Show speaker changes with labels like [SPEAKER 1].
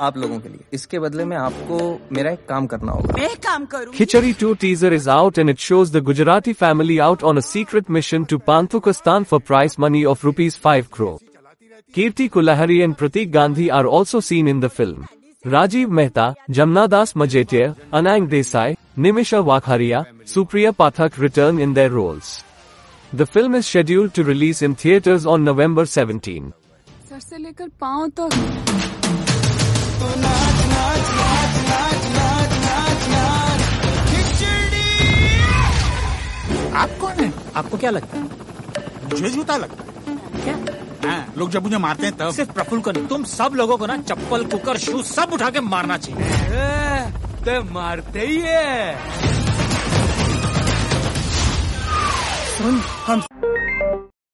[SPEAKER 1] आप लोगों के लिए इसके बदले में आपको मेरा एक काम करना होगा
[SPEAKER 2] मैं काम करूं
[SPEAKER 3] Khichdi 2 teaser is out and it shows the Gujarati family out on a secret mission to Panthukistan for prize money of rupees 5 crore. Kirti Kulahari and Pratik Gandhi are also seen in the film. Rajiv Mehta, Jamnadas Majetia, Anang Desai, Nimisha Wakharia, Supriya Pathak return in their roles. The film is scheduled to release in theaters on November 17.
[SPEAKER 4] सर से लेकर पाँव तक
[SPEAKER 5] आप कौन है
[SPEAKER 1] आपको क्या लगता है
[SPEAKER 5] मुझे जूता लगता है
[SPEAKER 1] क्या
[SPEAKER 5] हाँ, लोग जब मुझे मारते हैं तब
[SPEAKER 6] सिर्फ प्रफुल्ल को नहीं तुम सब लोगों को ना चप्पल कुकर शूज सब उठा के मारना चाहिए तो मारते ही है
[SPEAKER 5] हम